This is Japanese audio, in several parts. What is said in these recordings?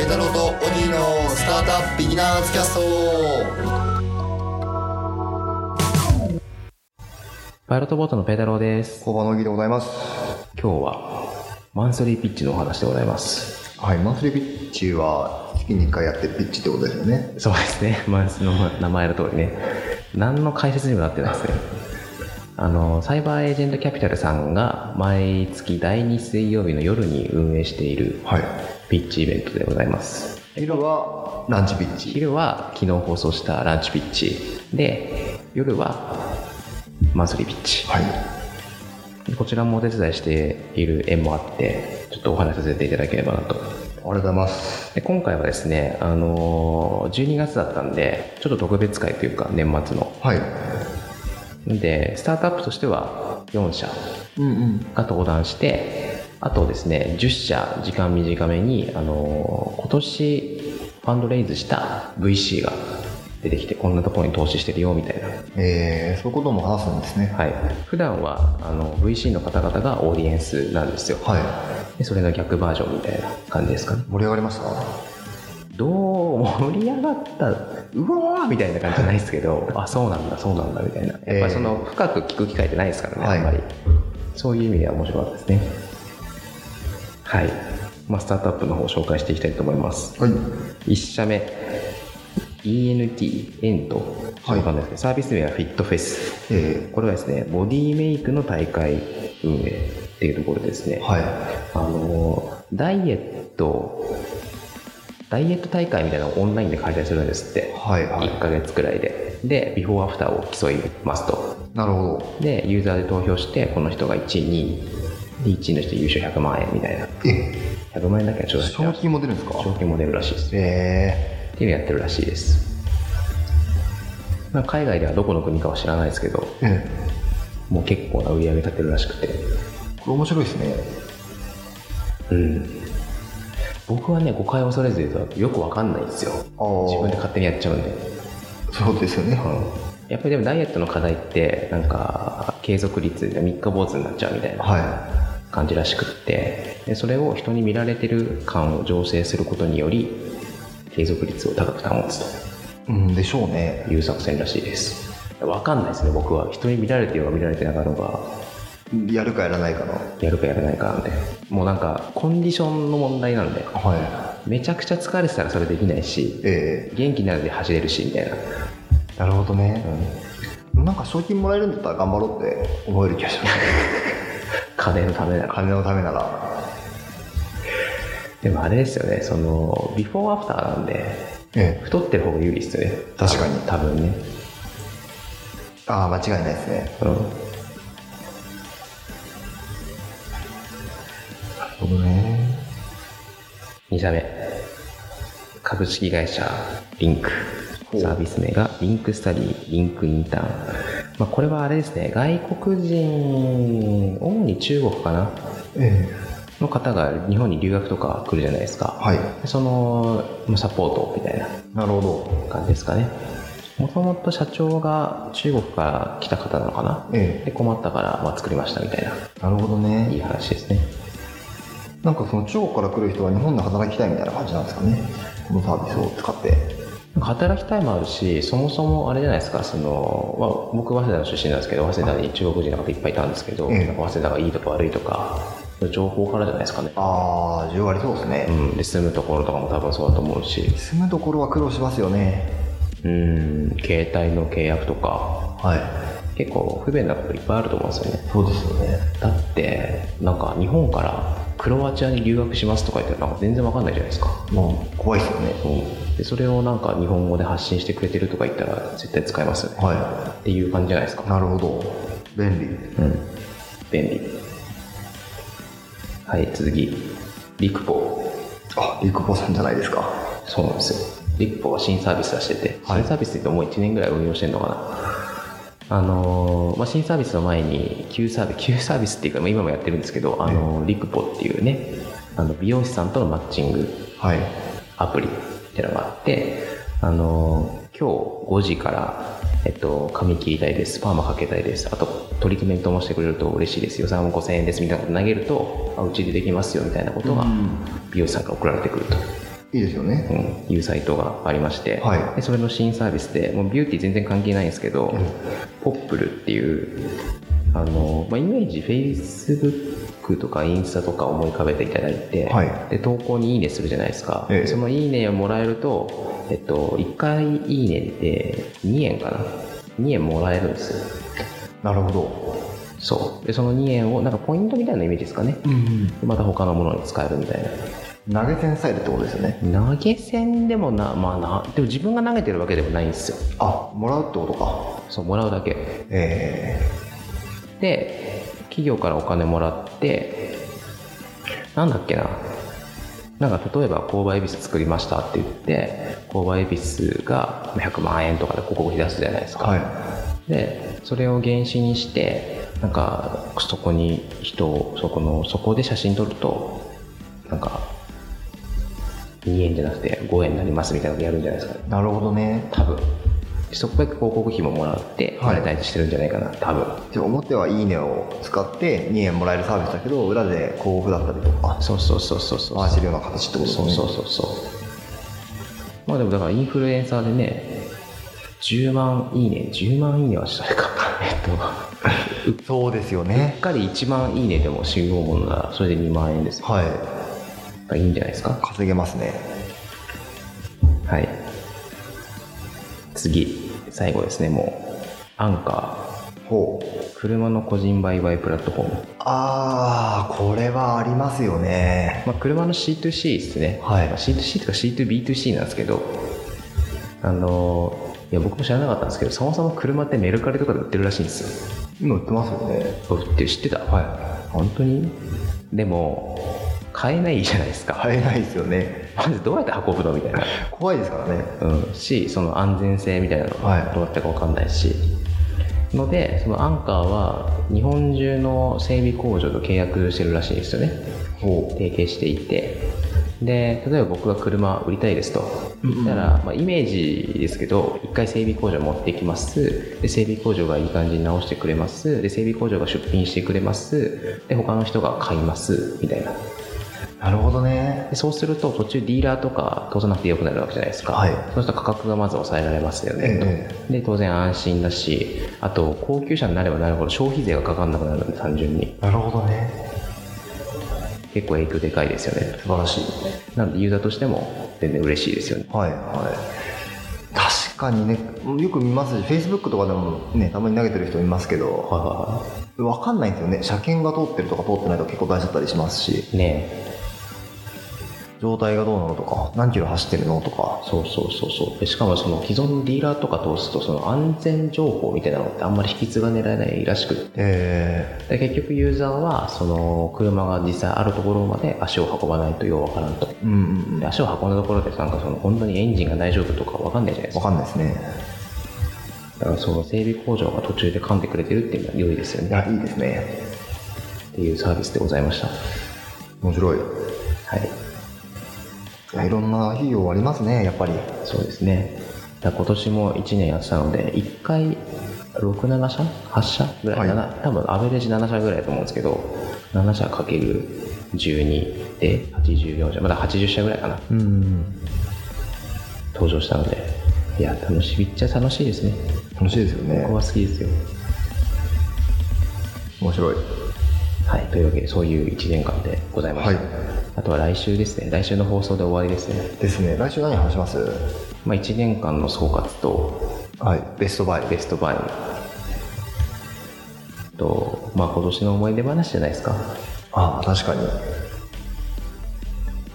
イ太郎とオギーのスタートアップビギナーズキャストパイロットボートのペータローです。工場のオギーでございます今日は、マンスリーピッチのお話でございます。はいマンスリーピッチは月に1回やってるピッチってことですよねそうですね。 マンスの名前の通りね。何の解説にもなってないですね。あの、サイバーエージェントキャピタルさんが毎月第2水曜日の夜に運営しているはいピッチイベントでございます。昼はランチピッチ昼は昨日放送したランチピッチで、夜はマンスリーピッチ。はいこちらもお手伝いしている縁もあって、ちょっとお話しさせていただければなあとりがとうございますで今回はですね、あのー12月だったんでちょっと特別会というか年末のはいでスタートアップとしては4社うんうんが登壇してあとですね10社時間短めに、あのー今年ファンドレイズした VC が出てきてこんなところに投資してるよみたいなえー、そういうことも話すんですねはい普段はあの VC の方々がオーディエンスなんですよはい、でそれの逆バージョンみたいな感じですかね盛り上がりましたどう盛り上がったうわーみたいな感じじゃないですけど あそうなんだそうなんだみたいなやっぱえーりその深く聞く機会ってないですからね、はいあんまりそういう意味では面白かったですねはい、まあ、スタートアップの方紹介していきたいと思いますはい1社目 ENT エントはいわかんないですけどサービス名はフィットフェスえこれはですねボディメイクの大会運営っていうところですねー、はいあのダイエットダイエット大会みたいなのをオンラインで開催するんですって、はいは1いヶ月くらいででビフォーアフターを競いますとなるほどでユーザーで投票してこの人が1位2位で1位の人優勝100万円みたいなえ100万円だけはちょっと賞金も出るんですか賞金も出るらしいですえっていうのやってるらしいです、まあ、海外ではどこの国かは知らないですけどー、えもう結構な売り上げ立てるらしくてー、これ面白いですねうん僕はね誤解を恐れず言うとよくわかんないんですよああ自分で勝手にやっちゃうんで、そうですよねやっぱりでもダイエットの課題ってなんか継続率で三日坊主になっちゃうみたいなは感じらしくってでそれを人に見られてる感を醸成することにより継続率を高く保いつうんでしょうねという作戦らしいですわかんないですね僕は人に見られてるのか見られてなかったのかやるかやらないかなやるかやらないかなんでもうなんかコンディションの問題なんではめちゃくちゃ疲れてたらそれできないしいえ元気になるで走れるしみたいな、えなるほどねうん、なんか賞金もらえるんだったら頑張ろうって思える気がします 金のためなら金のためならでもあれですよね、その、ビフォーアフターなんで、ええ太ってる方が有利ですよね。確かに多分ね。ああ間違いないですねうん。なるほどね2社目。株式会社、リンクほ。うサービス名が、リンクスタディ、リンクインターン。まあ、これはあれですね、外国人、主に中国かなえの方が日本に留学とか来るじゃないですか。はいその、サポートみたいななるほど感じですかね。もともと社長が中国から来た方なのかなえで困ったから、まあ、作りましたみたいなえなるほどいいね話ですねなんかその中国から来る人は日本で働きたいみたいな感じなんですかねこのサービスを使ってなんか働きたいもあるしそもそもあれじゃないですかその、まあ、僕早稲田の出身なんですけど早稲田に中国人の方いっぱいいたんですけど、ええなんか早稲田がいいとか悪いとか情報からじゃないですかね、ああ需要ありそうですうねん、で住むところとかも多分そうだと思うし住むところは苦労しますよねうん携帯の契約とかはい結構不便なこといっぱいあると思うんですよねそうですよねだってなんか日本からクロアチアに留学しますとか言ったらなんか全然わかんないじゃないですかもう怖いですよねでそれをなんか日本語で発信してくれてるとか言ったら絶対使えますよね、はっていう感じじゃないですいか、なるほど便利うん、便利はい次リクポあリクボさんじゃないですかそうなんですよリクポは新サービス出してて、はい新サービスってもう1年ぐらい運用してるのかなあのーまあ、新サービスの前に旧サービス旧サービスっていうかまあ今もやってるんですけど、あのーリクポっていうねあの美容師さんとのマッチングはいアプリっていうのがあって、あのー今日5時から、えっと、髪切りたいです、パーマかけたいです、あとトリートメントもしてくれると嬉しいです、予算も5000円ですみたいなこと投げると、あうちでできますよみたいなことがうん美容師さんから送られてくると。いいですよね。うんいうサイトがありまして、はいでそれの新サービスでもうビューティー全然関係ないんですけど、うんポップルっていうあの、まあ、イメージ Facebook とかインスタとか思い浮かべていただいて、はいで投稿に「いいね」するじゃないですか、ええその「いいね」をもらえると、えっと、1回「いいね」で2円かな2円もらえるんですよなるほど。そうでその2円をなんかポイントみたいなイメージですかねうん。でまた他のものに使えるみたいな投げ銭スタイルってことですよね。投げ銭でもなまあなでも自分が投げてるわけでもないんですよあ、もらうってことか。そうもらうだけえで企業からお金もらってなんだっけななんか例えば購買恵比寿作りましたって言って購買恵比寿が100万円とかで広告費出すじゃないですえか、はでそれを原資にしてなんかそこに人をそこのそこで写真撮るとなんか2円じゃなくて5円になりますみたいなのやるんじゃないですかい。なるほどね。多分そこで広告費ももらってはマいネタイズしてるんじゃないかな、多分じゃあ表はいいねを使って2円もらえるサービスだけど、裏で広告だったりとか、そうそうそうそうそう回してるような形ってことですそね。うそうそうそうまあでもだからインフルエンサーでね10万いいね10万いいねはしないかえっとううそうですよねっ。かり1万いいねでも信号ものならそれで2万円ですよはい。いいんじゃないですか稼げますね。はい次最後ですねもうアンカほう。ー車の個人売買プラットフォーム、あー、これはありますよね。まあ、車の C2C ですねはいまあ C2C とか C2B2C なんですけどあのいや僕も知らなかったんですけどそもそも車ってメルカリとかで売ってるらしいんですよ今売ってますよね。売ってる知ってたは本当にでも買えないじゃないですか、い。買えないですよね。まずどうやって運ぶのみたいな怖いですからね。うん、しその安全性みたいなのはいがどうやったか分かんないし、のでそのアンカーは日本中の整備工場と契約してるらしいんですよねほ提携していてで例えば僕が車売りたいですと言ったら、まあ、イメージですけど一回整備工場持ってきますで整備工場がいい感じに直してくれますで整備工場が出品してくれますで他の人が買いますみたいなう。なるほどね。でそうすると途中ディーラーとか通さなくてよくなるわけじゃないですか、はいそうすると価格がまず抑えられますよね、えで当然安心だしあと高級車になればなるほど消費税がかかんなくなるんで単純になるほどね。結構影響でかいですよね素晴らしい。なんでユーザーとしても全然嬉しいですよねはいはい。確かにね、よく見ますし、Facebook とかでもね、たまに投げてる人いますけど、はわかんないんですよね。車検が通ってるとか通ってないとか結構大事だったりしますし、いねえ状態がどうなのとか、何キロ走ってるのとか、そうそうそうそうでしかもその既存のディーラーとか通すとその安全情報みたいなのってあんまり引き継がれないらしくってえで結局ユーザーはその車が実際あるところまで足を運ばないとようわからんとー、うんうんうん。でわ足を運んだところでなんかその本当にエンジンが大丈夫とかわかんないじゃないですかかんないですね。だからその整備工場が途中で噛んでくれてるっていうのは良いですよいねや、いいですね。っていうサービスでございました面白い。はいいやいろんな費用ありますね、やっぱり。そうですねだから今年も1年やってたので1回67社8社ぐらい、はいな多分アベレージ7社ぐらいだと思うんですけど7社かける12で84社まだ80社ぐらいかなうん。登場したのでいや楽しみっちゃ楽しいですね楽しいですよねここ。は好きですよ面白い。はい、というわけでそういう1年間でございました、はいあとは来週ですね来週の放送で終わりですね、ですね、来週何話しますまあ、1年間の総括とはい。ベストバイ。ベストバイと、まあ、今年の思い出話じゃないですかああ、確かに。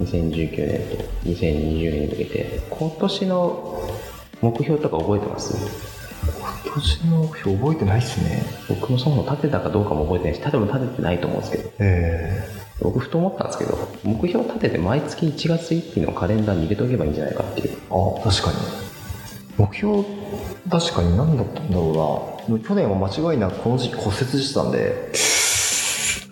2019年と2020年に向けて今年の目標とか覚えてます今年の目標覚えてないっすね。僕もそもそも立てたかどうかも覚えてないし多分立ててないと思うんですけどえ僕ふと思ったんですけど目標立てて毎月1月1日のカレンダーに入れておけばいいんじゃないかっていうえあ、確かに。目標、確かに何だったんだろうな。去年は間違いなくこの時期骨折してたんで、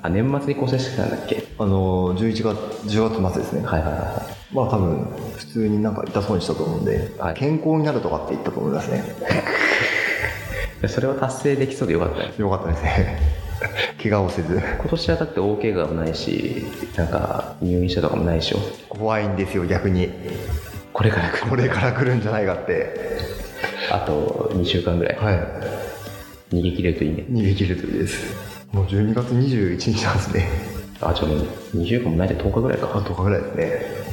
あ年末に構成してたんだっけあの、11月、10月末ですね。はいはいはいはいまあ多分、普通になんか痛そうにしたと思うんで、はい健康になるとかって言ったと思いますね。それを達成できそうでよかったねよかったですね。 怪我をせず。今年はだって大怪我もないしなんか入院したとかもないでしょ怖いんですよ、逆に。これから来るこれから来るんじゃないかって。あと2週間ぐらい、はい。逃げ切れるといいね逃げ切るといいです。もう12月21日なんですね。あじゃあもう2週間もないで10日ぐらいあかとかぐらいですね。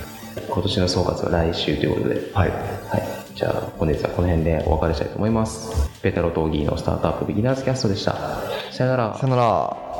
今年の総括は来週ということではい。はい、じゃあ本日はこの辺でお別れしたいと思います。ペタロとオギーのスタートアップビギナーズキャストでした。さよならさ。よなら。